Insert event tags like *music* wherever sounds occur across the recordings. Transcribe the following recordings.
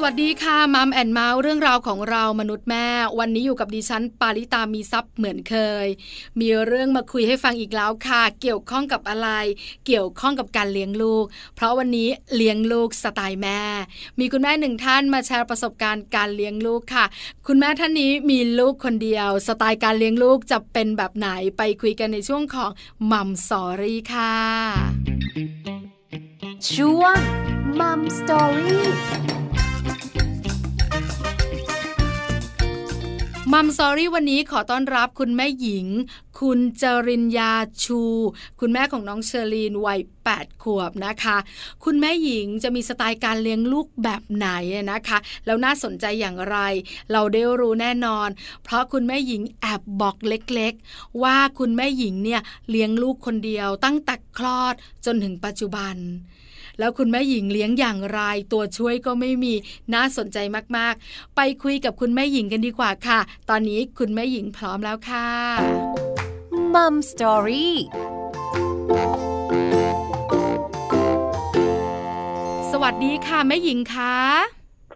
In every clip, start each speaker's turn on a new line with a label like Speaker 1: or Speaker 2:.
Speaker 1: สวัสดีค่ะมัมแอนเมาส์เรื่องราวของเรามนุษย์แม่ วันนี้อยู่กับดิฉัน ปาริตามีซัพ์เหมือนเคย มีเรื่องมาคุยให้ฟังอีกแล้วค่ะ เกี่ยวข้องกับอะไร เกี่ยวข้องกับการเลี้ยงลูก เพราะวันนี้เลี้ยงลูกสไตล์แม่ มีคุณแม่หนึ่งท่านมาแชร์ประสบการณ์การเลี้ยงลูกค่ะ คุณแม่ท่านนี้มีลูกคนเดียว สไตล์การเลี้ยงลูกจะเป็นแบบไหนไปคุยกันในช่วงของมัมสอรี่ค่ะ
Speaker 2: ช่วงมัมสตอรี่
Speaker 1: มัมซอรี่วันนี้ขอต้อนรับคุณแม่หญิง คุณจริญญาชู คุณแม่ของน้องเชอรีนวัย 8 ขวบนะคะ คุณแม่หญิงจะมีสไตล์การเลี้ยงลูกแบบไหนนะคะ แล้วน่าสนใจอย่างไร เราได้รู้แน่นอน เพราะคุณแม่หญิงแอบบอกเล็กๆ ว่าคุณแม่หญิงเนี่ยเลี้ยงลูกคนเดียว ตั้งแต่คลอดจนถึงปัจจุบัน แล้วคุณแม่หญิงเลี้ยงอย่างไร ตัวช่วยก็ไม่มีน่าสนใจมากๆ ไปคุยกับคุณแม่หญิงกันดีกว่าค่ะ ตอนนี้คุณแม่หญิงพร้อมแล้วค่ะ
Speaker 2: มัมสตอรี่
Speaker 1: สวัสดีค่ะแม่หญิงคะ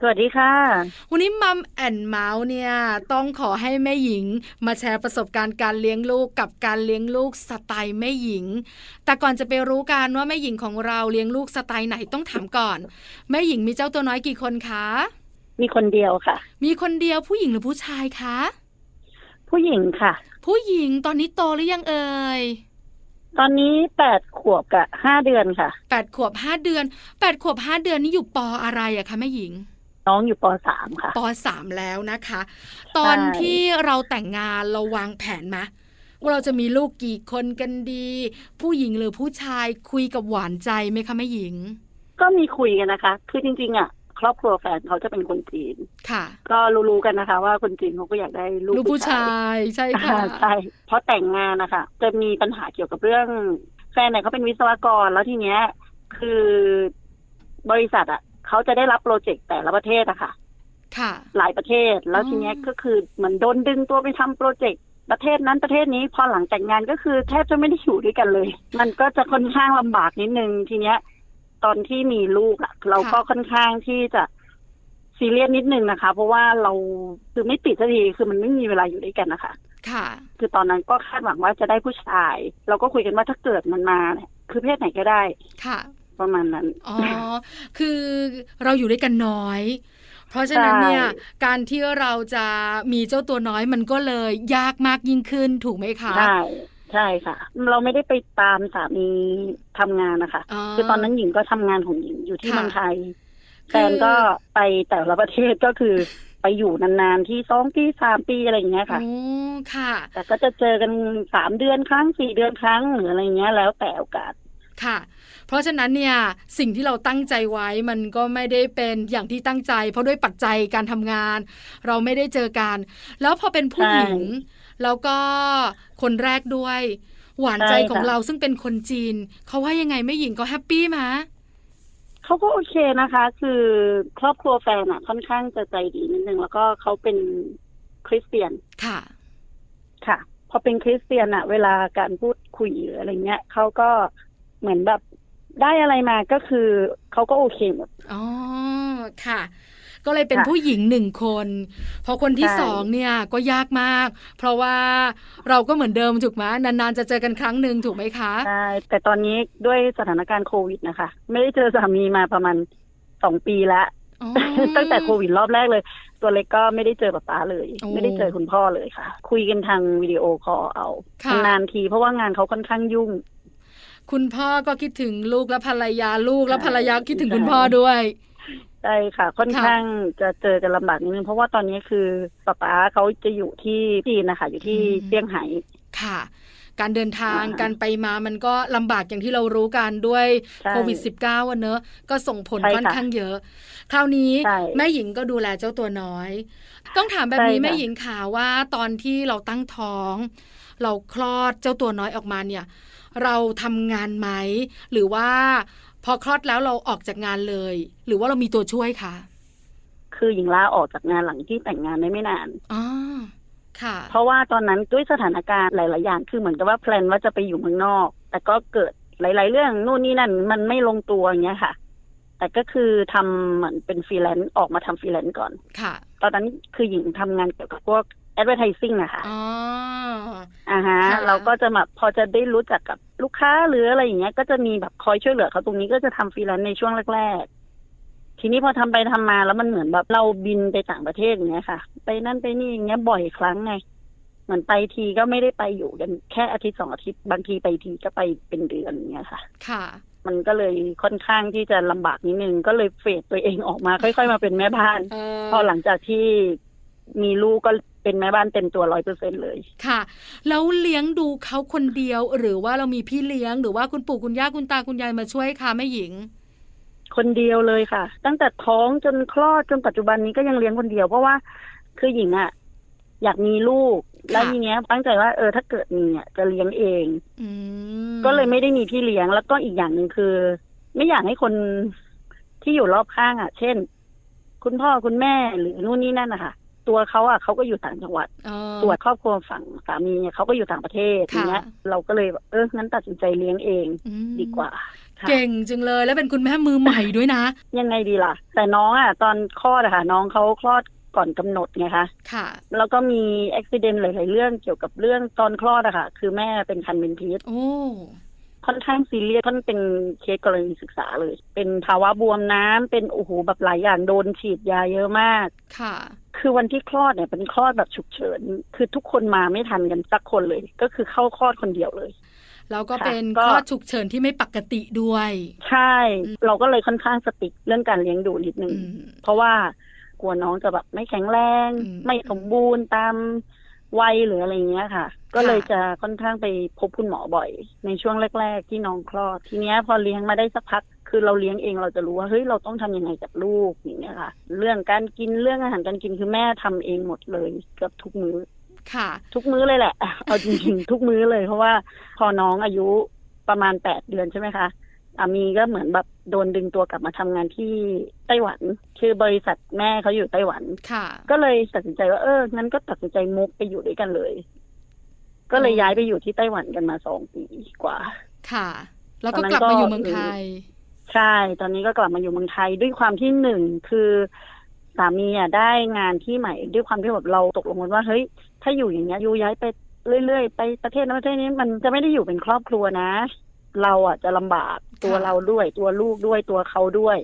Speaker 3: สวัสดีค่ะ
Speaker 1: วันนี้มัมแอนเมาส์เนี่ยต้องขอให้แม่หญิง มาแชร์ประสบการณ์การเลี้ยงลูกกับการเลี้ยงลูกสไตล์แม่หญิง แต่ก่อนจะไปรู้กันว่าแม่หญิงของเราเลี้ยงลูกสไตล์ไหนต้องถามก่อน แม่หญิงมีเจ้าตัวน้อยกี่คนคะ
Speaker 3: มีคนเดียวค่ะ
Speaker 1: มีคนเดียวผู้หญิงหรือผู้ชายคะ
Speaker 3: ผู้หญิงค่ะ
Speaker 1: ผู้หญิงตอนนี้โตหรือยังเอ่ย
Speaker 3: ตอนนี้แปดขวบกับห้าเดือนค่ะ
Speaker 1: แปดขวบห้าเดือนแปดขวบห้าเดือนนี่อยู่ปออะไรอะคะแม่หญิง
Speaker 3: น้องอยู่ปสามค่ะ
Speaker 1: ปอสามแล้วนะคะ ตอนที่เราแต่งงานเราวางแผนมะว่าเราจะมีลูกกี่คนกันดี ผู้หญิงหรือผู้ชายคุยกับหวานใจไหมคะแม่หญิง
Speaker 3: ก็มีคุยกันนะคะ คือจริง ๆ อ่ะ ครอบครัวแฟนเขาจะเป็นคนจีน
Speaker 1: ค่ะ
Speaker 3: ก็รู้ๆกันนะคะ ว่าคนจีนเขาก็อยากได้ลู
Speaker 1: ลูกผู้ชายใช่ค่ะ
Speaker 3: อ่าใช่เพราะแต่งงานนะคะจะมีปัญหาเกี่ยวกับเรื่อง แฟนเนี่ยเขาเป็นวิศวกรแล้วทีเนี้ย คือบริษัทอ่ะเขาจะได้รับโปรเจกต์แต่ละประเทศอะค่ะ
Speaker 1: ค่ะ
Speaker 3: หลายประเทศ แล้ว
Speaker 1: อ๋อ
Speaker 3: ทีเนี้ยก็คือเหมือนโดนดึงตัวไปทำโปรเจกต์ประเทศนั้นประเทศนี้พอหลังแต่งงานก็คือแทบจะไม่ได้อยู่ด้วยกันเลย มันก็จะค่อนข้างลำบากนิดนึงทีเนี้ย ตอนที่มีลูกอะเราก็ค่อนข้างที่จะซีเรียสนิดนึงนะคะ เพราะว่าเราคือไม่ติดสักทีคือมันไม่มีเวลาอยู่ด้วยกันนะคะ
Speaker 1: ค่ะ
Speaker 3: คือตอนนั้นก็คาดหวังว่าจะได้ผู้ชาย เราก็คุยกันว่าถ้าเกิดมันมาเนี่ยคือเพศไหนก็ได้
Speaker 1: ค่ะ
Speaker 3: ประมาณนั้น
Speaker 1: อ๋อ คือเราอยู่ด้วยกันน้อย เพราะฉะนั้นเนี่ย
Speaker 3: ใช่
Speaker 1: การที่เราจะมีเจ้าตัวน้อยมันก็เลยยากมากยิ่งขึ้นถูกไหมคะ
Speaker 3: ใช่ใช่ค่ะ เราไม่ได้ไปตามสามีทำงานนะคะ คือตอนนั้นหญิงก็ทำงานของหญิงอยู่ที่เมืองไทยแฟนก็ไปแต่ละประเทศก็ *laughs* คือไปอยู่นานๆที่สองปีสามปีอะไรอย่างเงี้ยค่ะ
Speaker 1: โอ้ค่ะ
Speaker 3: แต่ก็จะเจอกันสามเดือนครั้งสี่เดือนครั้งหรืออะไรเงี้ย แล้วแต่โอกาส
Speaker 1: ค่ะ เพราะฉะนั้นเนี่ยสิ่งที่เราตั้งใจไว้มันก็ไม่ได้เป็นอย่างที่ตั้งใจ เพราะด้วยปัจจัยการทำงาน เราไม่ได้เจอกัน แล้วพอเป็นผู้หญิง แล้วก็คนแรกด้วย หวานใจ
Speaker 3: ใช่ค่ะ
Speaker 1: ของเราซึ่งเป็นคนจีนเขาว่ายังไงแม่หญิงก็แฮปปี้มะ
Speaker 3: เขาก็โอเคนะคะ คือครอบครัวแฟนอะค่อนข้างจะใจดีนิดนึงแล้วก็เขาเป็นคริสเตียน
Speaker 1: ค่ะ
Speaker 3: ค่ะ พอเป็นคริสเตียนอะเวลาการพูดคุยหรืออะไรเงี้ยเขาก็เหมือนแบบได้อะไรมาก็คือเขาก็โอเคหมด
Speaker 1: อ๋อ ค่ะ ก็เลยเป็น
Speaker 3: ค่ะ
Speaker 1: ผู้หญิงหนึ่งคน พอคนที่
Speaker 3: ใช่
Speaker 1: สองเนี่ยก็ยากมาก เพราะว่าเราก็เหมือนเดิมถูกไหมนานๆจะเจอกันครั้งหนึ่งถูกไหมคะ
Speaker 3: ใช่แต่ตอนนี้ด้วยสถานการณ์โควิดนะคะ ไม่ได้เจอสามีมาประมาณสองปีแล้ว
Speaker 1: อ๋อ
Speaker 3: ตั้งแต่โควิดรอบแรกเลย ตัวเล็กก็ไม่ได้เจอป๊าป๊าเลย
Speaker 1: โอ้
Speaker 3: ไม่ได้เจอคุณพ่อเลยค่ะ คุยกันทางวิดีโอคอลเอา
Speaker 1: ค่ะ
Speaker 3: นานทีเพราะว่างานเขาค่อนข้างยุ่ง
Speaker 1: คุณพ่อก็คิดถึงลูกและภรรยาลูกและ
Speaker 3: ใช่
Speaker 1: ภรรยาคิดถึง
Speaker 3: ใช่
Speaker 1: คุณพ่อด้วย
Speaker 3: ใช่ค่ะ ค่อน
Speaker 1: ค่ะ
Speaker 3: ข้างจะเจอกันลำบากนิดนึงเพราะว่าตอนนี้คือป๊าป๊าเขาจะอยู่ที่จีนนะคะ อยู่ที่เซี่ยงไฮ้
Speaker 1: ค่ะ การเดินทาง
Speaker 3: อ่า
Speaker 1: การไปมามันก็ลำบากอย่างที่เรารู้กันด้วย
Speaker 3: ใช่
Speaker 1: โควิด -19 อ่ะเนอะก็ส่งผล
Speaker 3: ใช่ค่ะ
Speaker 1: ค่อนข้างเยอะ คราวนี้
Speaker 3: ใช่
Speaker 1: แม่หญิงก็ดูแลเจ้าตัวน้อย ต้องถามแบบนี้
Speaker 3: ใช่ค่ะ
Speaker 1: แม่หญิงค่ะว่าตอนที่เราตั้งท้อง เราคลอดเจ้าตัวน้อยออกมาเนี่ย เราทำงานไหม หรือว่าพอคลอดแล้วเราออกจากงานเลย หรือว่าเรามีตัวช่วยคะ
Speaker 3: คือหญิงลาออกจากงานหลังที่แต่งงานได้ไม่นาน
Speaker 1: อ๋อค่ะ
Speaker 3: เพราะว่าตอนนั้นด้วยสถานการณ์หลาย ๆ อย่าง คือเหมือนกับว่าแพลนว่าจะไปอยู่เมืองนอก แต่ก็เกิดหลาย ๆ เรื่องนู่นนี่นั่นมันไม่ลงตัวอย่างเงี้ยค่ะ แต่ก็คือทำเหมือนเป็นฟรีแลนซ์ออกมาทำฟรีแลนซ์ก่อน
Speaker 1: ค่ะ
Speaker 3: ตอนนั้นคือหญิงทำงานเกี่ยวกับพวก advertising อะค่ะ
Speaker 1: อ๋อ
Speaker 3: อ่าฮะ
Speaker 1: ค่ะ
Speaker 3: เราก็จะแบบพอจะได้รู้จักกับลูกค้าหรืออะไรอย่างเงี้ย ก็จะมีแบบคอยช่วยเหลือเขาตรงนี้ก็จะทำฟรีแลนซ์ในช่วงแรก ๆ ทีนี้พอทำไปทำมาแล้วมันเหมือนแบบเราบินไปต่างประเทศอย่างเงี้ยค่ะ ไปนั่นไปนี่อย่างเงี้ยบ่อยครั้งไงเหมือนไปทีก็ไม่ได้ไปอยู่กันแค่อาทิตย์สองอาทิตย์บางทีไปทีก็ไปเป็นเดือนอย่างเงี้ยค่ะ
Speaker 1: ค่ะ
Speaker 3: มันก็เลยค่อนข้างที่จะลำบากนิดนึงก็เลยเฟดตัวเองออกมา ค่อย ๆ มาเป็นแม่บ้าน
Speaker 1: เออ
Speaker 3: พอหลังจากที่มีลูกก็เป็นแม่บ้านเต็มตัวร้อยเปอร์เซ็นเลย
Speaker 1: ค่ะ แล้วเลี้ยงดูเขาคนเดียว หรือว่าเรามีพี่เลี้ยง หรือว่าคุณปู่คุณย่าคุณตาคุณยายมาช่วยค่ะแม่หญิง
Speaker 3: คนเดียวเลยค่ะ ตั้งแต่ท้องจนคลอดจนปัจจุบันนี้ก็ยังเลี้ยงคนเดียว เพราะว่าคือหญิงอะอยากมีลูก แล้วทีเนี้ยตั้งใจว่าเออถ้าเกิดมีเนี่ยจะเลี้ยงเอง
Speaker 1: อืม
Speaker 3: ก็เลยไม่ได้มีพี่เลี้ยง แล้วก็อีกอย่างหนึ่งคือ ไม่อยากให้คนที่อยู่รอบข้างอะเช่น คุณพ่อคุณแม่หรือนู่นนี่นั่นนะคะตัวเขาอะเขาก็อยู่ต่างจังหวัด
Speaker 1: เออ
Speaker 3: ส่วนครอบครัวฝั่งสามีเนี่ยเขาก็อยู่ต่างประเทศ
Speaker 1: ค่ะ
Speaker 3: อย่างเงี้ย เราก็เลยแบบเอองั้นตัดสินใจเลี้ยงเอง
Speaker 1: อืม
Speaker 3: ดีกว่าค่ะ
Speaker 1: เก่งจังเลยแล้วเป็นคุณแม่มือใหม่ด้วยนะ
Speaker 3: ยังไงดีล่ะ แต่น้องอ่ะ ตอนคลอดอะค่ะ น้องเขาคลอดก่อนกำหนดไงคะ
Speaker 1: ค่ะ
Speaker 3: แล้วก็มีอุบิเหตุหลาย ๆ เรื่องเกี่ยวกับเรื่องตอนคลอดอะค่ะ คือแม่เป็นคันเป็นพิษ
Speaker 1: โอ้
Speaker 3: ค่อนข้างซีเรียสค่อนเป็นเคสกรณีศึกษาเลย เป็นภาวะบวมน้ำเป็นโอ้โหแบบหลายอย่างโดนฉีดยาเยอะมาก
Speaker 1: ค่ะ
Speaker 3: คือวันที่คลอดเนี่ยเป็นคลอดแบบฉุกเฉิน คือทุกคนมาไม่ทันกันสักคนเลย ก็คือเข้าคลอดคนเดียวเลย
Speaker 1: แล้วก็
Speaker 3: ค่ะ
Speaker 1: เป็น
Speaker 3: ก็
Speaker 1: คลอดฉุกเฉินที่ไม่ปกติด้วย
Speaker 3: ใช่ เราก็เลยค่อนข้างสติกเรื่องการเลี้ยงดูนิดนึง
Speaker 1: อืม
Speaker 3: เพราะว่ากลัวน้องจะแบบไม่แข็งแรง
Speaker 1: อืม
Speaker 3: ไม่สมบูรณ์ตามวัยหรืออะไรอย่างเงี้ยค่ะ ก็เลยจะค่อนข้างไปพบคุณหมอบ่อย ในช่วงแรก ๆ ที่น้องคลอดทีเนี้ย พอเลี้ยงมาได้สักพัก คือเราเลี้ยงเองเราจะรู้ว่าเฮ้ยเราต้องทำยังไงกับลูกอย่างเงี้ยค่ะ เรื่องการกินเรื่องอาหารการกินคือแม่ทำเองหมดเลยเกับทุกมื้อ
Speaker 1: ค่ะ
Speaker 3: ทุกมื้อเลยแหละ *laughs* เอาจริงๆ ทุกมื้อเลยเพราะว่าพอน้องอายุประมาณแปดเดือนใช่ไหมคะสามีก็เหมือนแบบโดนดึงตัวกลับมาทำงานที่ไต้หวัน คือบริษัทแม่เขาอยู่ไต้หวัน
Speaker 1: ค่ะ
Speaker 3: ก็เลยตัดสินใจว่าเอองั้นก็ตัดสินใจมุกไปอยู่ด้วยกันเลย ก็เลย
Speaker 1: อืม
Speaker 3: ย้ายไปอยู่ที่ไต้หวันกันมาสองปีกว่า
Speaker 1: ค่ะ แล้วก็
Speaker 3: ตอนนั้น
Speaker 1: กลับมาอยู่เมือง
Speaker 3: ก็
Speaker 1: ไทย
Speaker 3: ใช่ ตอนนี้ก็กลับมาอยู่เมืองไทยด้วยความที่หนึ่งคือสามีอ่ะได้งานที่ใหม่ ด้วยความที่แบบเราตกลงกันว่าเฮ้ย ถ้าอยู่อย่างเงี้ยอยู่ย้ายไปเรื่อยๆ ไปประเทศนั้นประเทศนี้มันจะไม่ได้อยู่เป็นครอบครัวนะ เราอ่ะจะลำบากตัว
Speaker 1: ค่ะ
Speaker 3: เราด้วย ตัวลูกด้วยตัวเขาด้วย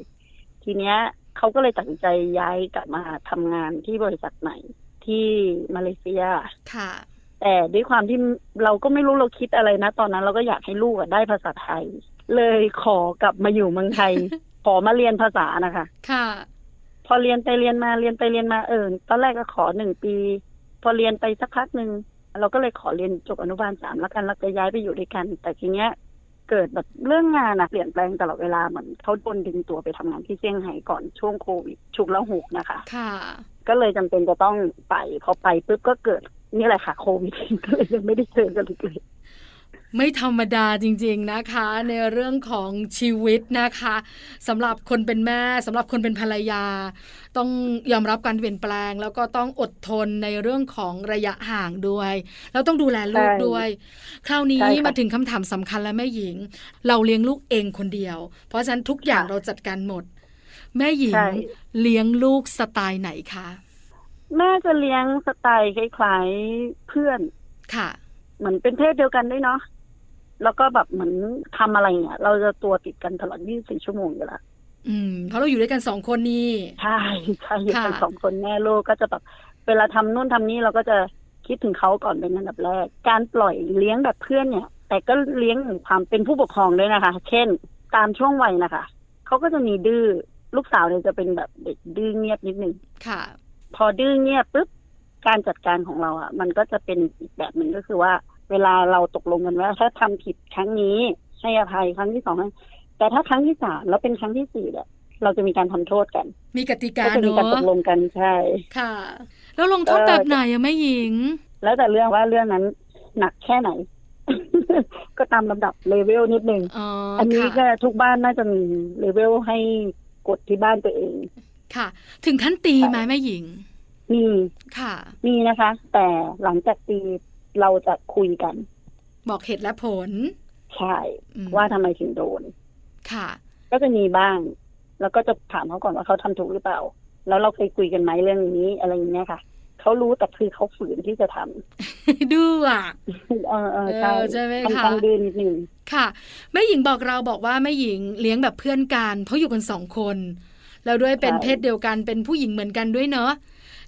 Speaker 3: ทีเนี้ยเขาก็เลยตัดสินใจย้ายกลับมาทำงานที่บริษัทใหม่ที่มาเลเซีย
Speaker 1: ค่ะ
Speaker 3: แต่ด้วยความที่เราก็ไม่รู้เราคิดอะไรนะ ตอนนั้นเราก็อยากให้ลูกอะได้ภาษาไทย เลยขอกลับมาอยู่เมืองไทย ขอมาเรียนภาษานะคะ
Speaker 1: ค่ะ
Speaker 3: พอเรียนไปเรียนมาเรียนไปเรียนมาเออตอนแรกก็ขอหนึ่งปี พอเรียนไปสักพักหนึ่งเราก็เลยขอเรียนจบอนุบาลสามแล้วกันแล้วจะย้ายไปอยู่ด้วยกัน แต่ทีเนี้ย เกิดแบบเรื่องงานอะเปลี่ยนแปลงตลอดเวลาเหมือนเขาโดนดึงตัวไปทำงานที่เซี่ยงไฮ้ก่อนช่วงโควิดฉุกละหุกนะคะ
Speaker 1: ค่ะ
Speaker 3: ก็เลยจำเป็นจะต้องไป พอไปปุ๊บก็เกิดนี่แหละค่ะโควิด ก็เลยยังไม่ได้เจอกันอีกเลย
Speaker 1: ไม่ธรรมดาจริง ๆนะคะ ในเรื่องของชีวิตนะคะสำหรับคนเป็นแม่สำหรับคนเป็นภรรยา ต้องยอมรับการเปลี่ยนแปลง แล้วก็ต้องอดทนในเรื่องของระยะห่างด้วย แล้วต้องดูแลลูก
Speaker 3: ใช่
Speaker 1: ด้วย คราวนี้
Speaker 3: ใช่ค่ะ
Speaker 1: มาถึงคำถามสำคัญแล้วแม่หญิง เราเลี้ยงลูกเองคนเดียว เพราะฉะนั้นทุกอย่าง
Speaker 3: ค่ะ
Speaker 1: เราจัดการหมด แม่หญิง
Speaker 3: ใช่
Speaker 1: เลี้ยงลูกสไตล์ไหนคะ
Speaker 3: แม่จะเลี้ยงสไตล์คล้ายๆเพื่อน
Speaker 1: ค่ะ
Speaker 3: เหมือนเป็นเพศเดียวกันด้วยเนาะ แล้วก็แบบเหมือนทำอะไรเนี่ย เราจะตัวติดกันตลอด 24 ชั่วโมงอยู่แล้ว
Speaker 1: อืม เพราะเราอยู่ด้วยกันสองคนนี่
Speaker 3: ใช่ใช่
Speaker 1: ค่ะ
Speaker 3: เป็นสองคนแม่ลูกก็จะแบบเวลาทำนู่นทำนี่เราก็จะคิดถึงเขาก่อนเป็นอันดับแรก การปล่อยเลี้ยงแบบเพื่อนเนี่ย แต่ก็เลี้ยงถึงความเป็นผู้ปกครองด้วยนะคะ เช่น ตามช่วงวัยนะคะเขาก็จะมีดื้อลูกสาวเนี่ยจะเป็นแบบเด็กดื้อเงียบนิดนึง
Speaker 1: ค่ะ
Speaker 3: พอดื้อเงียบปุ๊บการจัดการของเราอ่ะ มันก็จะเป็นอีกแบบหนึ่งก็คือว่า เวลาเราตกลงกันว่าถ้าทำผิดครั้งนี้ให้อภัยครั้งที่สองให้แต่ถ้าครั้งที่สามแล้วเป็นครั้งที่สี่เนี่ยเราจะมีการทำโทษกัน
Speaker 1: มีกติกา
Speaker 3: ก็จะมี
Speaker 1: เนาะ
Speaker 3: การตกลงกันใช่
Speaker 1: ค่ะ แล้วลงโทษ
Speaker 3: เออ
Speaker 1: แบบไหนอะแม่หญิง
Speaker 3: แล้วแต่เรื่องว่าเรื่องนั้นหนักแค่ไหน *laughs* ก็ตามลำดับเลเวลนิดนึง
Speaker 1: อ๋อ
Speaker 3: อันนี้ก็
Speaker 1: ค่ะ
Speaker 3: ทุกบ้านน่าจะมีเลเวลให้กดที่บ้านตัวเอง
Speaker 1: ค่ะ ถึงขั้นตีไหมแม่หญิง
Speaker 3: มี
Speaker 1: ค่ะ
Speaker 3: มีนะคะ แต่หลังจากตีเราจะคุยกัน
Speaker 1: บอกเหตุและผล
Speaker 3: ใช่
Speaker 1: อืม
Speaker 3: ว่าทำไมถึงโดน
Speaker 1: ค่ะ *laughs*
Speaker 3: ก็จะมีบ้าง แล้วก็จะถามเขาก่อนว่าเขาทำถูกหรือเปล่า แล้วเราเคยคุยกันไหมเรื่องนี้อะไรอย่างเงี้ยค่ะเขารู้แต่คือเขาฝืนที่จะทำ *laughs*
Speaker 1: ดื้ออ่ะ
Speaker 3: เออเออใช่
Speaker 1: เออใช่ไหมคะ
Speaker 3: ค่อนข้างดื้อนิดหนึ่ง
Speaker 1: ค่ะแม่หญิงบอกเราบอกว่าแม่หญิงเลี้ยงแบบเพื่อนกันเพราะอยู่กันสองคน แล้วด้วยเป็นเพศเดียวกันเป็นผู้หญิงเหมือนกันด้วยเนอะ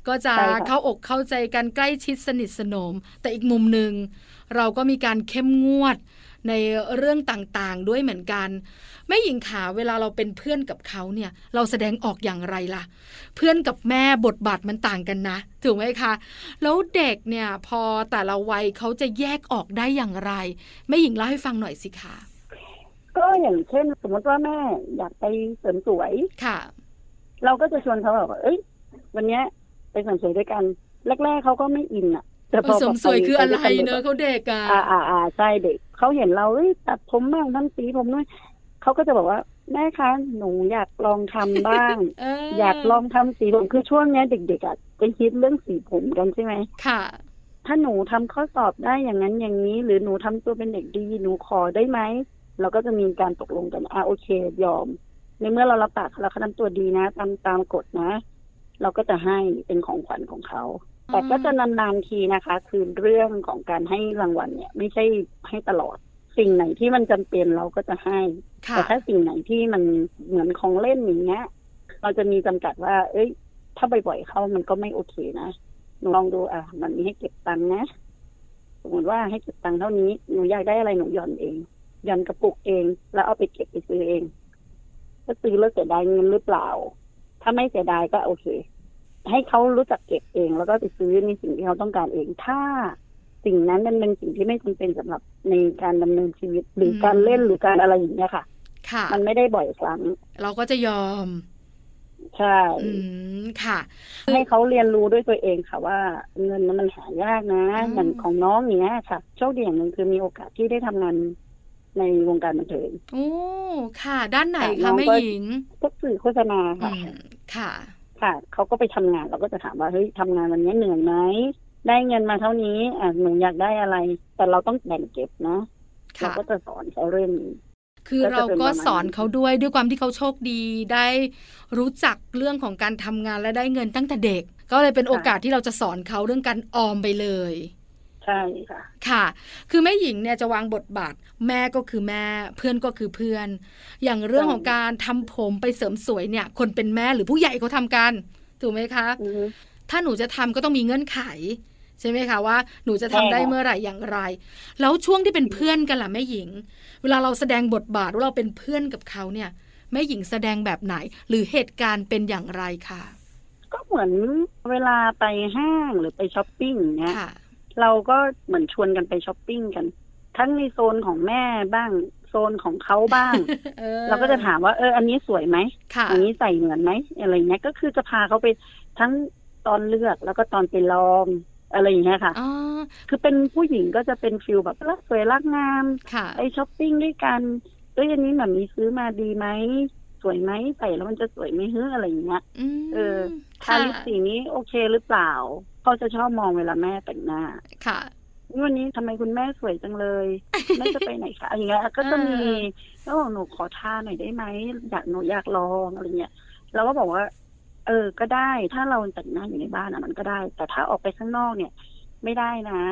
Speaker 1: ก็จะเข้าอกเข้าใจกันใกล้ชิดสนิทสนม แต่อีกมุมหนึ่งเราก็มีการเข้มงวดในเรื่องต่างๆด้วยเหมือนกันแม่หญิงขาเวลาเราเป็นเพื่อนกับเขาเนี่ย เราแสดงออกอย่างไรล่ะ เพื่อนกับแม่บทบาทมันต่างกันนะถูกไหมคะแล้วเด็กเนี่ยพอแต่ละวัยเขาจะแยกออกได้อย่างไร แม่หญิงเล่าให้ฟังหน่อยสิคะ
Speaker 3: ก็อย่างเช่น สมมติว่าแม่อยากไปเสริมสวย
Speaker 1: ค่ะ
Speaker 3: เราก็จะชวนเขาแบบว่า เอ้ย วันเนี้ยไปเสริมสวยด้วยกันแรกๆเขาก็ไม่อินอ่ะ แต่พ
Speaker 1: เอ
Speaker 3: อ
Speaker 1: อเสริมสวยคืออะไรเนอะ
Speaker 3: เขา
Speaker 1: เขาเด็กอ่ะ
Speaker 3: อ่าอ่าอ่าใช่เด็กเขาเห็นเราเอ้ยตัดผมบ้างทำสีผมด้วยเขาก็จะบอกว่าแม่คะหนูอยากลองทำบ้าง
Speaker 1: *laughs* เ
Speaker 3: อยากลองทำสีผมคือช่วงเนี้ยเด็กๆอ่ะจะฮิตเรื่องสีผมกันใช่ไหม
Speaker 1: ค่ะ
Speaker 3: ถ้าหนูทำข้อสอบได้อย่างนั้นอย่างนี้ หรือหนูทำตัวเป็นเด็กดีหนูขอได้ไหมเราก็จะมีการตกลงกันอ่ะโอเค ยอม ในเมื่อเรารับปากเขาแล้วเขาทำตัวดีนะตามตามกฎนะ เราก็จะให้เป็นของขวัญของเขา แต่ก็จะนานๆทีนะคะ คือเรื่องของการให้รางวัลเนี่ย ไม่ใช่ให้ตลอด สิ่งไหนที่มันจำเป็นเราก็จะให้
Speaker 1: ค่ะ
Speaker 3: แต่ถ้าสิ่งไหนที่มันเหมือนของเล่นอย่างเงี้ย เราจะมีจำกัดว่า เอ้ย ถ้าบ่อยๆเข้ามันก็ไม่โอเคนะหนูลองดูอ่ะ มันมีให้เก็บตังค์นะ สมมติว่าให้เก็บตังค์เท่านี้ หนูอยากได้อะไรหนูหย่อนเอง หย่อนกระปุกเอง แล้วเอาไปเก็บไปซื้อเอง ถ้าซื้อแล้วเสียดายเงินหรือเปล่า ถ้าไม่เสียดายก็โอเค ให้เขารู้จักเก็บเอง แล้วก็ไปซื้อในสิ่งที่เขาต้องการเอง ถ้าสิ่งนั้นมันเป็นสิ่งที่ไม่จำเป็นสำหรับในการดำเนินชีวิต หรืออ
Speaker 1: ม
Speaker 3: การเล่นหรือการอะไรอย่างเงี้ยค่ะ
Speaker 1: ค่ะ
Speaker 3: มันไม่ได้บ่อยครั้ง
Speaker 1: เราก็จะยอม
Speaker 3: ใช่
Speaker 1: อืม ค่ะ
Speaker 3: ให้เขาเรียนรู้ด้วยตัวเองค่ะว่าเงินนั้นมันหายากนะ
Speaker 1: อืม
Speaker 3: อย่างของน้องอย่างเนี้ยค่ะโชคดีอย่างหนึ่งคือมีโอกาสที่ได้ทำงานในวงการบันเทิง
Speaker 1: โอ้ ค่ะ ด้านไหน
Speaker 3: น้
Speaker 1: คะ
Speaker 3: องก็
Speaker 1: แม่หญิง
Speaker 3: พวก็สื่อโฆษณา
Speaker 1: อื
Speaker 3: ค่ะ
Speaker 1: ม ค่ะ
Speaker 3: ค่ะเขาก็ไปทำงานเราก็จะถามว่าเฮ้ยทำงานวันนี้เหนื่อยไหมได้เงินมาเท่านี้อ่ะหนูอยากได้อะไร แต่เราต้องแบ่งเก็บนะเรา
Speaker 1: ค่ะ
Speaker 3: ก็จะสอนเขาเรื่องนี้
Speaker 1: คือเราก็สอนเขาด้วยด้วยความที่เขาโชคดีได้รู้จักเรื่องของการทำงานและได้เงินตั้งแต่เด็ก ก็เลยเป็นโอกาสที่เราจะสอนเขาเรื่องการออมไปเลย
Speaker 3: ใช่ค่ะ
Speaker 1: ค่ะ คือแม่หญิงเนี่ยจะวางบทบาทแม่ก็คือแม่ เพื่อนก็คือเพื่อน อย่างเรื่องของการทำผมไปเสริมสวยเนี่ย คนเป็นแม่หรือผู้ใหญ่เขาทำกัน ถูกไหมคะ
Speaker 3: อือฮึ
Speaker 1: ถ้าหนูจะทำก็ต้องมีเงื่อนไข ใช่ไหมคะว่าหนูจะทำได้
Speaker 3: ใช่ค่ะ
Speaker 1: เมื่อไหร่อย่างไร แล้วช่วงที่เป็นเพื่อนกันล่ะแม่หญิง เวลาเราแสดงบทบาทว่าเราเป็นเพื่อนกับเขาเนี่ยแม่หญิงแสดงแบบไหน หรือเหตุการณ์เป็นอย่างไรค่ะ
Speaker 3: ก็เหมือนเวลาไปห้างหรือไปช้อปปิ้งอย่างเนี้ย
Speaker 1: ค่ะ
Speaker 3: เราก็เหมือนชวนกันไปช้อปปิ้งกัน ทั้งในโซนของแม่บ้าง โซนของเขาบ้าง
Speaker 1: *laughs* เออ
Speaker 3: เราก็จะถามว่าเอออันนี้สวยไหม
Speaker 1: ค่ะ
Speaker 3: อันนี้ใส่เหมือนไหมอะไรเงี้ยก็คือจะพาเขาไปทั้งตอนเลือกแล้วก็ตอนไปลองอะไรอย่างเงี้ยค่ะ
Speaker 1: อ๋อ
Speaker 3: คือเป็นผู้หญิงก็จะเป็นฟิลแบบรักสวยรักงาม
Speaker 1: ค่ะ
Speaker 3: ไปช้อปปิ้งด้วยกันเอ้ยอันนี้แบบมีซื้อมาดีไหมสวยไหมใส่แล้วมันจะสวยไหมเฮ้ออะไรอย่างเงี้ย
Speaker 1: อืม
Speaker 3: เออ ทา
Speaker 1: ค่ะ
Speaker 3: ลิปสีนี้โอเคหรือเปล่าเขาจะชอบมองเวลาแม่แต่งหน้า
Speaker 1: ค่ะ
Speaker 3: วันนี้ทำไมคุณแม่สวยจังเลย *laughs* แม่จะไปไหนคะอะไรอย่างเงี้ยก็จะมี
Speaker 1: เออ
Speaker 3: ก็บอกหนูขอทานหน่อยได้ไหมอยากหนูอยากลองอะไรเงี้ยเราก็บอกว่า เออ ก็ได้ถ้าเราแต่งหน้าอยู่ในบ้านอ่ะมันก็ได้ แต่ถ้าออกไปข้างนอกเนี่ย ไม่ได้นะ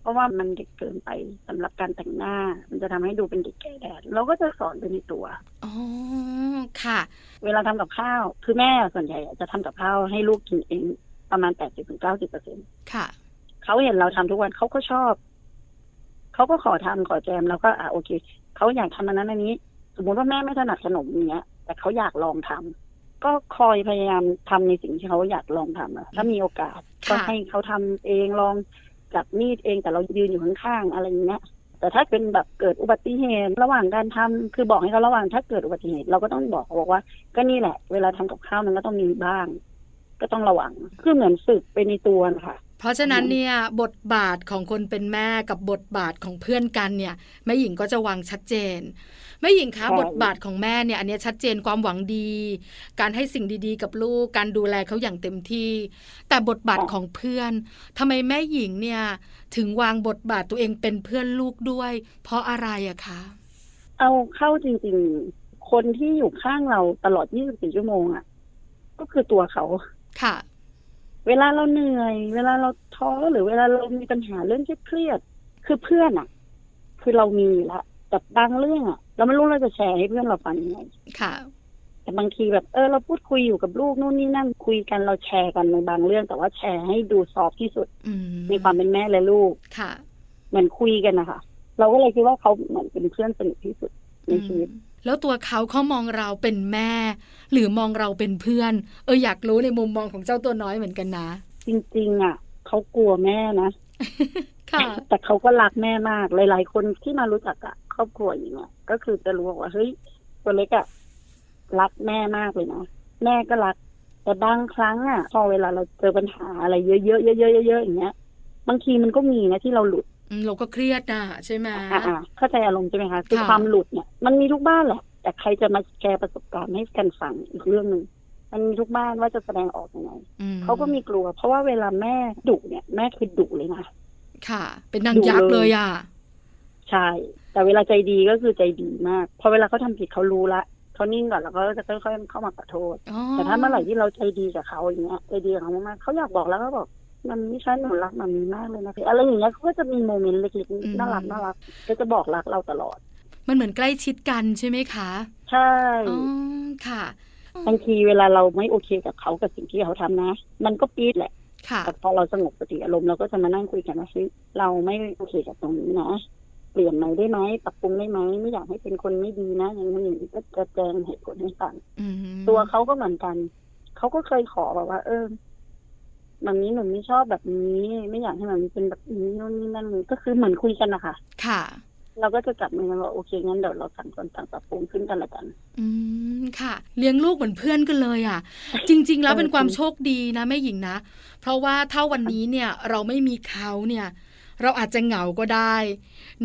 Speaker 3: เพราะว่ามันเด็กเกินไปสำหรับการแต่งหน้า มันจะทำให้ดูเป็นเด็กแก่แดดเราก็จะสอนไปในตัว
Speaker 1: อ๋อค่ะ
Speaker 3: เวลาทำกับข้าว คือแม่ส่วนใหญ่อะจะทำกับข้าวให้ลูกกินเองประมาณแปดสิบถึงเก้าสิบเปอร์เซ็น
Speaker 1: ค่ะ
Speaker 3: เขาเห็นเราทำทุกวันเขาก็ชอบ เขาก็ขอทำขอแจมแล้วก็อ่ะโอเค เขาอยากทำอันนั้นอันนี้ สมมติว่าแม่ไม่ถนัดขนมเนี้ย แต่เขาอยากลองทำก็คอยพยายามทำในสิ่งที่เขาอยากลองทำอะถ้ามีโอกาส ก็
Speaker 1: ค่ะ
Speaker 3: ให้เขาทำเองลองจับมีดเองแต่เรายืนอยู่ข้างๆอะไรอย่างเงี้ย แต่ถ้าเป็นแบบเกิดอุบัติเหตุระหว่างการทำคือบอกให้เขาระวังถ้าเกิดอุบัติเหตุเราก็ต้องบอกเขาบอกว่า ก็นี่แหละ เวลาทำกับข้าวมันก็ต้องมีบ้าง ก็ต้องระวังคือเหมือนฝึกไปในตัวนะคะ
Speaker 1: เพราะฉะนั้นเนี่ยบทบาทของคนเป็นแม่กับบทบาทของเพื่อนกันเนี่ยแม่หญิงก็จะวางชัดเจนแม่หญิงคะ
Speaker 3: ใช่
Speaker 1: บทบาทของแม่เนี่ยอันเนี้ยชัดเจนความหวังดี การให้สิ่งดีๆ กับลูกการดูแลเขาอย่างเต็มที่ แต่บทบาทของเพื่อนทำไมแม่หญิงเนี่ยถึงวางบทบาทตัวเองเป็นเพื่อนลูกด้วย เพราะอะไรอะคะ
Speaker 3: เอาเข้าจริง ๆ คนที่อยู่ข้างเราตลอด 24 ชั่วโมงอะ่ะ ก็คือตัวเขา
Speaker 1: ค่ะ
Speaker 3: เวลาเราเหนื่อย เวลาเราท้อหรือเวลาเรามีปัญหาเรื่องเครียดๆคือเพื่อนอะ่ะ คือเรามีอยู่ละแต่บางเรื่องอะ่ะ เราไม่รู้เราจะแชร์ให้เพื่อนเราฟังยังไง
Speaker 1: ค่ะ
Speaker 3: แต่บางทีแบบเออเราพูดคุยอยู่กับลูกนู่นนี่นั่นคุยกันเราแชร์กันในบางเรื่อง แต่ว่าแชร์ให้ดูซอฟที่สุด
Speaker 1: อืม
Speaker 3: ในความเป็นแม่และลูก
Speaker 1: ค่ะ
Speaker 3: เหมือนคุยกันนะคะเราก็เลยคิดว่าเขาเหมือนเป็นเพื่อนสนิทที่สุดในชีวิต
Speaker 1: อืมแล้วตัวเขาเขามองเราเป็นแม่ หรือมองเราเป็นเพื่อน เอออยากรู้ในมุมมองของเจ้าตัวน้อยเหมือนกันนะ
Speaker 3: จริง ๆ อ่ะเขากลัวแม่นะ
Speaker 1: ค่ะ
Speaker 3: แต่เขาก็รักแม่มาก หลาย ๆ คนที่มารู้จักอะครอบครัวอย่างเงี้ยก็คือจะรู้ว่าเฮ้ยตัวเล็กอะรักแม่มากเลยนะแม่ก็รัก แต่บางครั้งอะพอเวลาเราเจอปัญหาอะไรเยอะๆเยอะๆเยอะๆอย่างเงี้ย บางทีมันก็มีนะที่เราหลุด
Speaker 1: อืมเราก็เครียดนะใช่ไหม
Speaker 3: อ่าๆเข้าใจอารมณ์ใช่ไหมคะคือ
Speaker 1: ค่ะ
Speaker 3: ความหลุดเนี่ยมันมีทุกบ้านแหละ แต่ใครจะมาแชร์ประสบการณ์ให้กันฟังอีกเรื่องหนึ่งมันมีทุกบ้านว่าจะแสดงออกยังไง
Speaker 1: อื
Speaker 3: เขาก็มีกลัว เพราะว่าเวลาแม่ดุเนี่ย แม่คือดุเลยนะ
Speaker 1: ค่ะ เป็นนางยักษ์
Speaker 3: ดู
Speaker 1: เล
Speaker 3: เลย ย
Speaker 1: อ่ะ
Speaker 3: ใช่ แต่เวลาใจดีก็คือใจดีมาก พอเวลาเขาทำผิดเขารู้ละเขานิ่งก่อนแล้วเขาก็จะค่อยๆเข้ามาขอโทษ
Speaker 1: อ๋อ
Speaker 3: แต่ถ้าเมื่อไหร่ที่เราใจดีกับเขาอย่างเงี้ยใจดีกับเขามากๆเขาอยากบอกแล้วก็บอกมันไม่ใช่หนูรักมันมากเลยนะอะไรอย่างเงี้ยเขาก็จะมีโมเมนต์เล็กๆน่ารักน่ารักๆก็จะบอกรักเราตลอด
Speaker 1: มันเหมือนใกล้ชิดกันใช่ไหมคะ
Speaker 3: ใช่
Speaker 1: อ๋อค่ะ
Speaker 3: บางทีเวลาเราไม่โอเคกับเขากับสิ่งที่เขาทำนะ มันก็ปี๊ดแหละ
Speaker 1: ค่ะ
Speaker 3: แต่พอเราสงบสติอารมณ์เราก็จะมานั่งคุยกันว่าเฮ้ยเราไม่โอเคกับตรงนี้นะ เปลี่ยนไหมได้ไหมปรับปรุงได้ไหมไม่อยากให้เป็นคนไม่ดีนะอย่างนี้นอย่างนี้ก็จะแจงเหตุผลให้ฟัง
Speaker 1: อืม
Speaker 3: ตัวเขาก็เหมือนกัน เขาก็เคยขอแบบว่า เออแบบนี้หนูไม่ชอบแบบนี้ ไม่อยากให้มันเป็นแบบนี้นู่นนี่นั่นก็คือเหมือนคุยกันนะคะ
Speaker 1: ค่ะ
Speaker 3: เราก็จะจับมือกันว่าโอเคงั้นเดี๋ยวเราต่างคนต่างปรับปรุงขึ้นกันละกัน
Speaker 1: อืมค่ะ เลี้ยงลูกเหมือนเพื่อนกันเลยอ่ะ จริง ๆ แล้ว
Speaker 3: เออ
Speaker 1: เป็นความโชคดีนะแม่หญิงนะ เพราะว่าถ้าวันนี้เนี่ยเราไม่มีเขาเนี่ย เราอาจจะเหงาก็ได้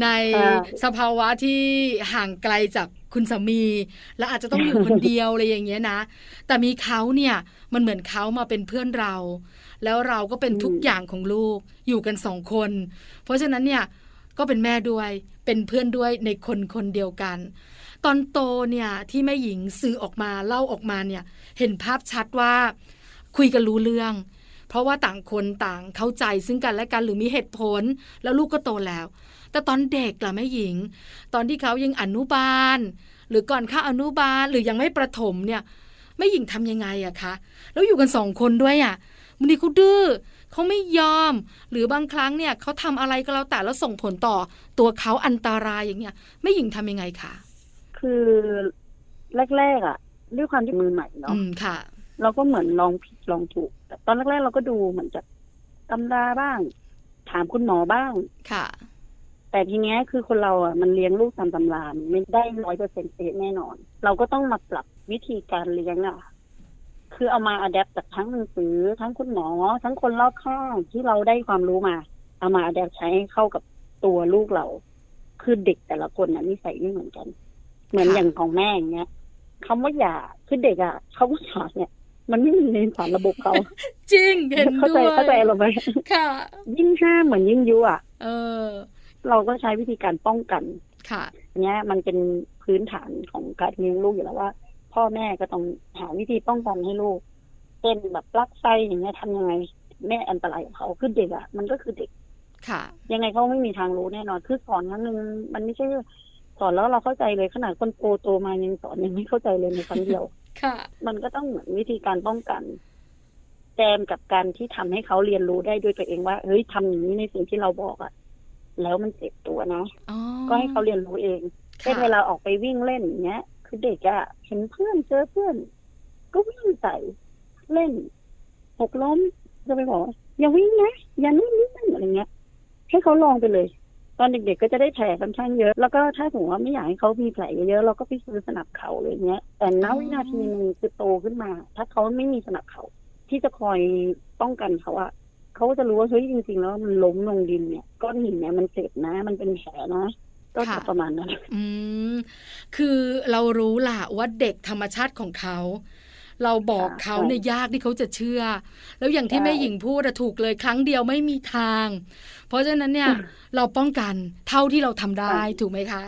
Speaker 1: ในสภาวะที่ห่างไกลจากคุณสามี และอาจจะต้องอยู่คนเดียวอะไรอย่างเงี้ยนะ แต่มีเขาเนี่ยมันเหมือนเขามาเป็นเพื่อนเรา แล้วเราก็เป็นทุกอย่างของลูกอยู่กันสองคน เพราะฉะนั้นเนี่ยก็เป็นแม่ด้วยเป็นเพื่อนด้วยในคนคนเดียวกัน ตอนโตเนี่ยที่แม่หญิงสื่อออกมาเล่าออกมาเนี่ยเห็นภาพชัดว่าคุยกันรู้เรื่อง เพราะว่าต่างคนต่างเข้าใจซึ่งกันและกันหรือมีเหตุผล แล้วลูกก็โตแล้ว แต่ตอนเด็กล่ะแม่หญิง ตอนที่เขายังอนุบาล หรือก่อนเข้าอนุบาลหรือยังไม่ประถมเนี่ยแม่หญิงทำยังไงอะคะแล้วอยู่กันสองคนด้วยอะบางทีเขาดื้อเขาไม่ยอม หรือบางครั้งเนี่ยเขาทำอะไรก็แล้วแต่แล้วส่งผลต่อ ตัวเขาอันตรายอย่างเงี้ยแม่หญิงทำยังไงคะ
Speaker 3: คือแรกๆอ่ะ ด้วยความที่มือใหม่เนาะ
Speaker 1: อืมค่ะ
Speaker 3: เราก็เหมือนลองผิดลองถูก แต่ตอนแรกๆเราก็ดูเหมือนจากตำราบ้าง ถามคุณหมอบ้าง
Speaker 1: ค่ะ
Speaker 3: แต่ทีเนี้ยคือคนเราอ่ะมันเลี้ยงลูกตามตำรามันไม่ได้ร้อยเปอร์เซ็นต์แน่นอน เราก็ต้องมาปรับวิธีการเลี้ยงอ่ะ คือเอามาอัดแอปจากทั้งหนังสือ ทั้งคุณหมอ ทั้งคนรอบข้างที่เราได้ความรู้มา เอามาอัดแอปใช้ให้เข้ากับตัวลูกเรา คือเด็กแต่ละคนน่ะนิสัยไม่เหมือนกัน เหมือน
Speaker 1: ค่ะ
Speaker 3: อย่างของแม่อย่างเนี้ยคำว่าอย่าคือเด็กอ่ะเขาก็สอนเนี่ย มันไม่มีในสารระบบเขา
Speaker 1: จริง *laughs* เห็น
Speaker 3: เข้า
Speaker 1: ด้
Speaker 3: ใจ
Speaker 1: วย
Speaker 3: เข้าใจเราไหม
Speaker 1: ค่ะ
Speaker 3: ยิ่งห้ามเหมือนยิ่งยุอ่ะ
Speaker 1: เออ
Speaker 3: เราก็ใช้วิธีการป้องกัน
Speaker 1: ค่ะ
Speaker 3: เนี้ยมันเป็นพื้นฐานของการเลี้ยงลูกอยู่แล้วว่า พ่อแม่ก็ต้องหาวิธีป้องกันให้ลูกเช่นแบบปลักไฟอย่างเงี้ยทำยังไงแม่อันตรายของเขาคือเด็กอะมันก็คือเด็ก
Speaker 1: ค่ะ
Speaker 3: ยังไงเขาไม่มีทางรู้แน่นอนคือสอนครั้งหนึ่งมันไม่ใช่สอนแล้วเราเข้าใจเลยขนาดคนโตโตมายังสอนยังไม่เข้าใจเลยในครั้งเดียว
Speaker 1: ค่ะ
Speaker 3: มันก็ต้องเหมือนวิธีการป้องกันแจมกับการที่ทำให้เขาเรียนรู้ได้ด้วยตัวเองว่าเฮ้ยทำอย่างนี้ในสิ่งที่เราบอกอะแล้วมันเจ็บตัวนะ
Speaker 1: อ๋อ
Speaker 3: ก็ให้เขาเรียนรู้เอง เช่น
Speaker 1: ค่ะ
Speaker 3: เวลาออกไปวิ่งเล่นอย่างเงี้ย คือเด็กอะเห็นเพื่อนเจอเพื่อน ก็วิ่งใส่เล่น หกล้มจะไปบอกว่าอย่าวิ่งนะอย่านู่นนี่นั่นอะไรเงี้ย ให้เขาลองไปเลย ตอนเด็กๆก็จะได้แผลค่อนข้างเยอะ แล้วก็ถ้าสมมติว่าไม่อยากให้เขามีแผลเยอะๆเราก็ไปซื้อสนับเข่าเลยเงี้ย แต่ณวินาทีหนึงคือโตขึ้นมา ถ้าเขาไม่มีสนับเข่าที่จะคอยป้องกันเขาอะเขาก็จะรู้ว่าเฮ้ยจริงๆแล้วมันล้มลงดินเนี่ยก้อนหินเนี่ยมันเจ็บนะ มันเป็นแผลนะ ก็จะประมาณนั้น
Speaker 1: อืม คือเรารู้ล่ะว่าเด็กธรรมชาติของเขา เราบอก
Speaker 3: ค่ะ
Speaker 1: เขาเนี่ยยากที่เขาจะเชื่อ แล้วอย่างที่
Speaker 3: ใช่
Speaker 1: แม่หญิงพูดอะถูกเลยครั้งเดียวไม่มีทาง เพราะฉะนั้นเนี่ย เราป้องกันเท่าที่เราทำได้
Speaker 3: ใช่
Speaker 1: ถูกไหมคะ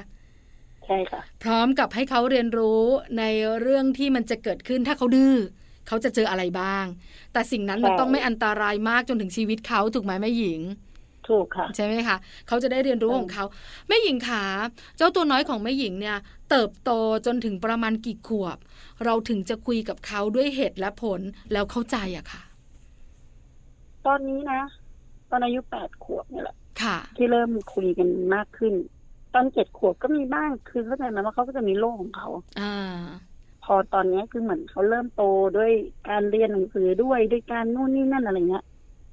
Speaker 3: ใช ช่ค่ะ
Speaker 1: พร้อมกับให้เขาเรียนรู้ในเรื่องที่มันจะเกิดขึ้นถ้าเขาดื้อเขาจะเจออะไรบ้าง แต่สิ่งนั้นมัน
Speaker 3: ใช่
Speaker 1: ต้องไม่อันตรายมากจนถึงชีวิตเขาถูกไหมแม่หญิง
Speaker 3: ถูกค่ะ
Speaker 1: ใช่ไหมคะเขาจะได้เรียนรู้
Speaker 3: ใช่
Speaker 1: ของเขาแม่หญิงขาเจ้าตัวน้อยของแม่หญิงเนี่ย เติบโตจนถึงประมาณกี่ขวบ เราถึงจะคุยกับเขาด้วยเหตุและผลแล้วเข้าใจอะค่ะ
Speaker 3: ตอนนี้นะ ตอนอายุแปดขวบเนี่ยแหละ
Speaker 1: ค่ะ
Speaker 3: ที่เริ่มคุยกันมากขึ้น ตอนเจ็ดขวบก็มีบ้างคือเข้าใจไหมว่าเขาก็จะมีโลกของเขา
Speaker 1: อ่า
Speaker 3: พอตอนนี้คือเหมือนเขาเริ่มโตด้วยการเรียนหนังสือด้วยด้วยการนู่นนี่นั่นอะไรเงี้ย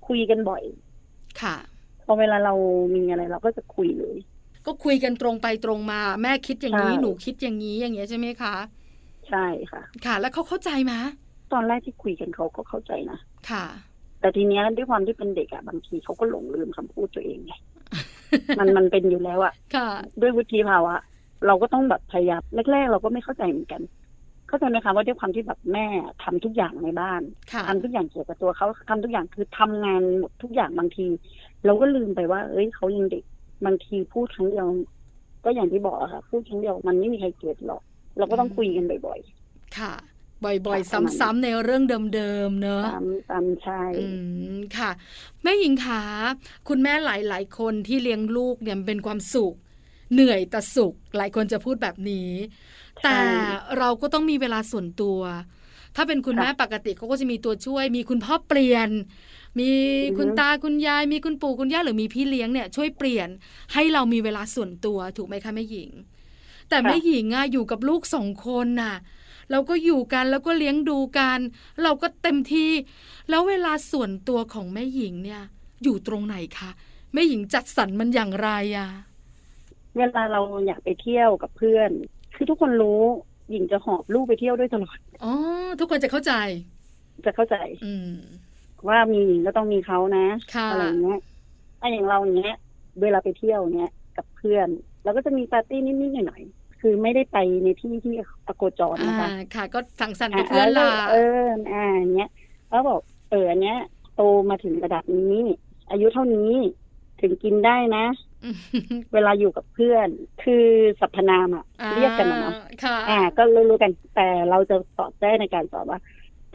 Speaker 3: คุยกันบ่อย
Speaker 1: ค่ะ
Speaker 3: พอเวลาเรามีอะไรเราก็จะคุยเลย
Speaker 1: ก็คุยกันตรงไปตรงมา แม่คิดอย่างนี้
Speaker 3: ใช่
Speaker 1: หนูคิดอย่างนี้อย่างเงี้ยใช่ไหมคะ
Speaker 3: ใช่ค่ะ
Speaker 1: ค่ะ แล้วเขาเข้าใจไหม
Speaker 3: ตอนแรกที่คุยกันเขาก็เข้าใจนะ
Speaker 1: ค่ะ
Speaker 3: แต่ทีเนี้ยด้วยความที่เป็นเด็กอะบางทีเขาก็หลงลืมคำพูดตัวเองไง มันมันเป็นอยู่แล้วอะ
Speaker 1: ค่ะ
Speaker 3: ด้วยวุฒิภาวะ เราก็ต้องแบบพยายามแรกๆ เราก็ไม่เข้าใจเหมือนกัน เข้าใจไหมคะว่าด้วยความที่แบบแม่ทำทุกอย่างในบ้าน
Speaker 1: ค่ะ
Speaker 3: ทำทุกอย่างเกี่ยวกับตัวเขาทำทุกอย่างคือทำงานหมดทุกอย่างบางที เราก็ลืมไปว่า เอ้ยเขายังเด็กบางทีพูดครั้งเดียว ก็อย่างที่บอกอะค่ะพูดครั้งเดียวมันไม่มีใครเก็ตหรอก เราก็ต้องคุยกันบ่อย
Speaker 1: ค่ะ บ่อยๆ ซ้ำๆในเรื่องเดิมๆ เนอะ
Speaker 3: ๆตามตามใช่
Speaker 1: อืมค่ะแม่หญิงขาคุณแม่หลาย ๆ คนที่เลี้ยงลูกเนี่ยมันเป็นความสุข เหนื่อยแต่สุข หลายคนจะพูดแบบนี้ แต่
Speaker 3: ใช่
Speaker 1: เราก็ต้องมีเวลาส่วนตัว ถ้าเป็นคุณ
Speaker 3: ค่ะ
Speaker 1: แม่ปกติเขาก็จะมีตัวช่วย มีคุณพ่อเปลี่ยน มี
Speaker 3: อือฮึ
Speaker 1: คุณตาคุณยาย มีคุณปู่คุณย่าหรือมีพี่เลี้ยงเนี่ยช่วยเปลี่ยน ให้เรามีเวลาส่วนตัวถูกไหมคะแม่หญิง แต่แม่หญิงอะอยู่กับลูกสองคนน่ะ เราก็อยู่กันแล้วก็เลี้ยงดูกัน เราก็เต็มที่ แล้วเวลาส่วนตัวของแม่หญิงเนี่ย อยู่ตรงไหนคะแม่หญิงจัดสรรมันอย่างไรอะ
Speaker 3: เวลาเราอยากไปเที่ยวกับเพื่อน คือทุกคนรู้หญิงจะหอบลูกไปเที่ยวด้วยตลอด
Speaker 1: อ๋อทุกคนจะเข้าใจ
Speaker 3: จะเข้าใจ
Speaker 1: อืม
Speaker 3: ว่ามีหญิงก็ต้องมีเขานะ
Speaker 1: ค่ะ
Speaker 3: อะไรอย่างเงี้ยไอ้อย่างเราอย่างเงี้ย เวลาไปเที่ยวเงี้ยกับเพื่อน เราก็จะมีปาร์ตี้นิดๆหน่อยๆคือไม่ได้ไปในที่ที่ตะโกจร
Speaker 1: อ่า
Speaker 3: นะคะ
Speaker 1: ค่ะ ก็สังสรรค์กับเพื่อนล่ะ
Speaker 3: เอออ่าอย่างเนี้ยเขาบอกเอออันเนี้ย โตมาถึงระดับนี้ อายุเท่านี้ถึงกินได้นะ
Speaker 1: ม
Speaker 3: เวลาอยู่กับเพื่อน คือสรรพนามอ่ะ เรียกกันอะเนาะ
Speaker 1: อ่าค่ะ
Speaker 3: อ่า ก็รู้ๆกันแต่เราจะตอบได้ในการตอบว่า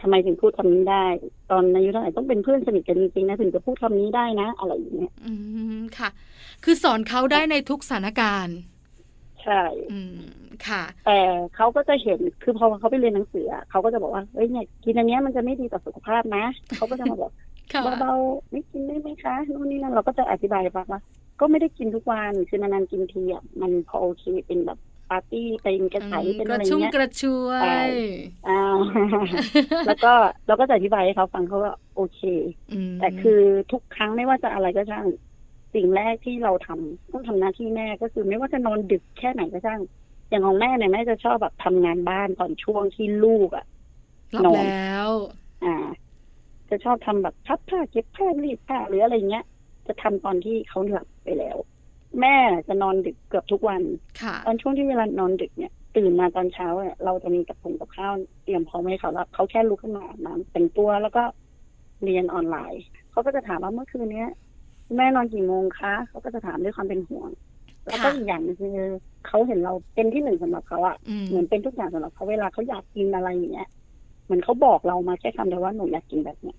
Speaker 3: ทำไมถึงพูดคำนี้ได้ ตอนอายุเท่าไหร่ต้องเป็นเพื่อนสนิทกันจริงๆนะถึงจะพูดคำนี้ได้นะ อะไรอย่างเงี้ย
Speaker 1: อืมค่ะ คือสอนเขาได้ในทุกสถานการณ์
Speaker 3: ใช่
Speaker 1: อืมค่ะ
Speaker 3: แต่เขาก็จะเห็น คือพอเขาไปเรียนหนังสืออะเขาก็จะบอกว่าเอ้ยเนี่ยกินอันเนี้ยมันจะไม่ดีต่อสุขภาพนะเขาก็จะ *laughs* มาบอก
Speaker 1: ค่ะ
Speaker 3: เบาๆไม่กินได้ไหมคะนู่นนี่นั่นเราก็จะอธิบายไปว่าก็ไม่ได้กินทุกวันคือนานๆกินทีอ่ะมันพอโอเคเป็นแบบปาร์ตี้เป็นกระสายเป็น
Speaker 1: ก
Speaker 3: อะ
Speaker 1: ระ
Speaker 3: ไร
Speaker 1: ชุ่ม
Speaker 3: เงี้ย
Speaker 1: กระชวย
Speaker 3: ใช่ อ่า แล้วก็เรา *laughs* ก็จะอธิบายให้เขาฟังเขาว่าโอเค
Speaker 1: ม
Speaker 3: แต่คือทุกครั้งไม่ว่าจะอะไรก็ช่างสิ่งแรกที่เราทำต้องทำหน้าที่แม่ก็คือไม่ว่าจะนอนดึกแค่ไหนก็ช่าง อย่างของแม่เนี่ยแม่จะชอบแบบทำงานบ้านตอนช่วงที่ลูกอ่ะ
Speaker 1: หลับ
Speaker 3: นอน
Speaker 1: แล้ว
Speaker 3: อ่า จะชอบทำแบบพับผ้าเก็บผ้ารีดผ้าหรืออะไรเงี้ย จะทำตอนที่เขาหลับไปแล้ว แม่จะนอนดึกเกือบทุกวัน
Speaker 1: ค่ะ
Speaker 3: ตอนช่วงที่เวลานอนดึกเนี่ย ตื่นมาตอนเช้าเนี่ยเราจะมีกับผงกับข้าวเตรียมพร้อมให้เขาแล้วเขาแค่ลุกขึ้นมาอาบน้ำแต่งตัวแล้วก็เรียนออนไลน์ เขาก็จะถามว่าเมื่อคืนเนี้ยแม่นอนกี่โมงคะเขาก็จะถามด้วยความเป็นห่วง แล้วก็
Speaker 1: ค่ะ
Speaker 3: อีกอย่างหนึงคือเขาเห็นเราเป็นที่หนึ่งสำหรับเขาอะ
Speaker 1: อืม
Speaker 3: เหมือนเป็นทุกอย่างสำหรับเขาเวลาเขาอยากกินอะไรอย่างเงี้ยเหมือนเขาบอกเรามาแค่คำเดียวว่าหนูอยากกินแบบเนี้ย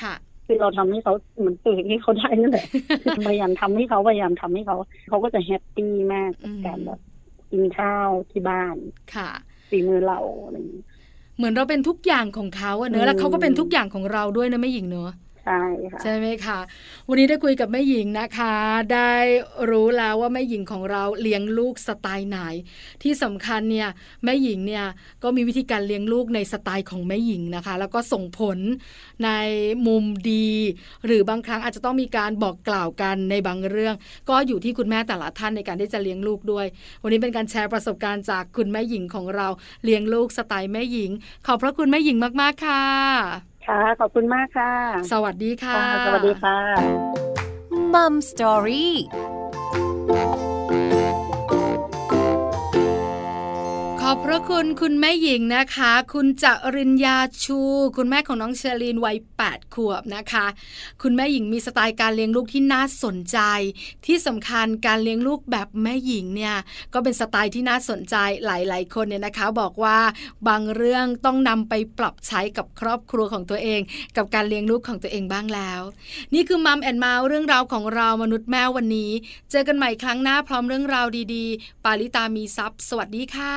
Speaker 1: ค่ะ
Speaker 3: คือเราทำให้เขาเหมือนตื่นให้เขาได้นั่นแหละ คือพยายามทำให้เขาพยายามทำให้เขาเขาก็จะแฮปปี้มากกับการ
Speaker 1: อืม
Speaker 3: แบบกินข้าวที่บ้าน
Speaker 1: ค่ะ
Speaker 3: ฝีมือเราอะไรอย่างเงี้ย
Speaker 1: เหมือนเราเป็นทุกอย่างของเขาอะเนอะ
Speaker 3: อืม
Speaker 1: แล้วเขาก็เป็นทุกอย่างของเราด้วยนะแม่หญิงเนอะ
Speaker 3: ใช่ค่ะ
Speaker 1: ใช่ไหมคะวันนี้ได้คุยกับแม่หญิงนะคะ ได้รู้แล้วว่าแม่หญิงของเราเลี้ยงลูกสไตล์ไหน ที่สำคัญเนี่ยแม่หญิงเนี่ยก็มีวิธีการเลี้ยงลูกในสไตล์ของแม่หญิงนะคะ แล้วก็ส่งผลในมุมดี หรือบางครั้งอาจจะต้องมีการบอกกล่าวกันในบางเรื่อง ก็อยู่ที่คุณแม่แต่ละท่านในการที่จะเลี้ยงลูกด้วย วันนี้เป็นการแชร์ประสบการณ์จากคุณแม่หญิงของเราเลี้ยงลูกสไตล์แม่หญิง ขอบพระคุณแม่หญิงมากๆค่ะ
Speaker 3: ค่ะ ขอบคุณมากค่ะ
Speaker 1: สวัสดีค่ะ
Speaker 3: ค่ะสวัสดีค่ะ
Speaker 2: มัมสตอรี่
Speaker 1: ข อบพระคุณคุณแม่หญิงนะคะ คุณจริญญาชู คุณแม่ของน้องเชอรีนวัย8ขวบนะคะ คุณแม่หญิงมีสไตล์การเลี้ยงลูกที่น่าสนใจ ที่สำคัญการเลี้ยงลูกแบบแม่หญิงเนี่ย ก็เป็นสไตล์ที่น่าสนใจหลาย ๆ คนเนี่ยนะคะ บอกว่าบางเรื่องต้องนำไปปรับใช้กับครอบครัวของตัวเอง กับการเลี้ยงลูกของตัวเองบ้างแล้ว นี่คือมัมแอนเมาส์เรื่องราวของเรามนุษย์แม่วันนี้ เจอกันใหม่ครั้งหน้าพร้อมเรื่องราวดีๆ ปาริตามีซัพ์สวัสดีค่ะ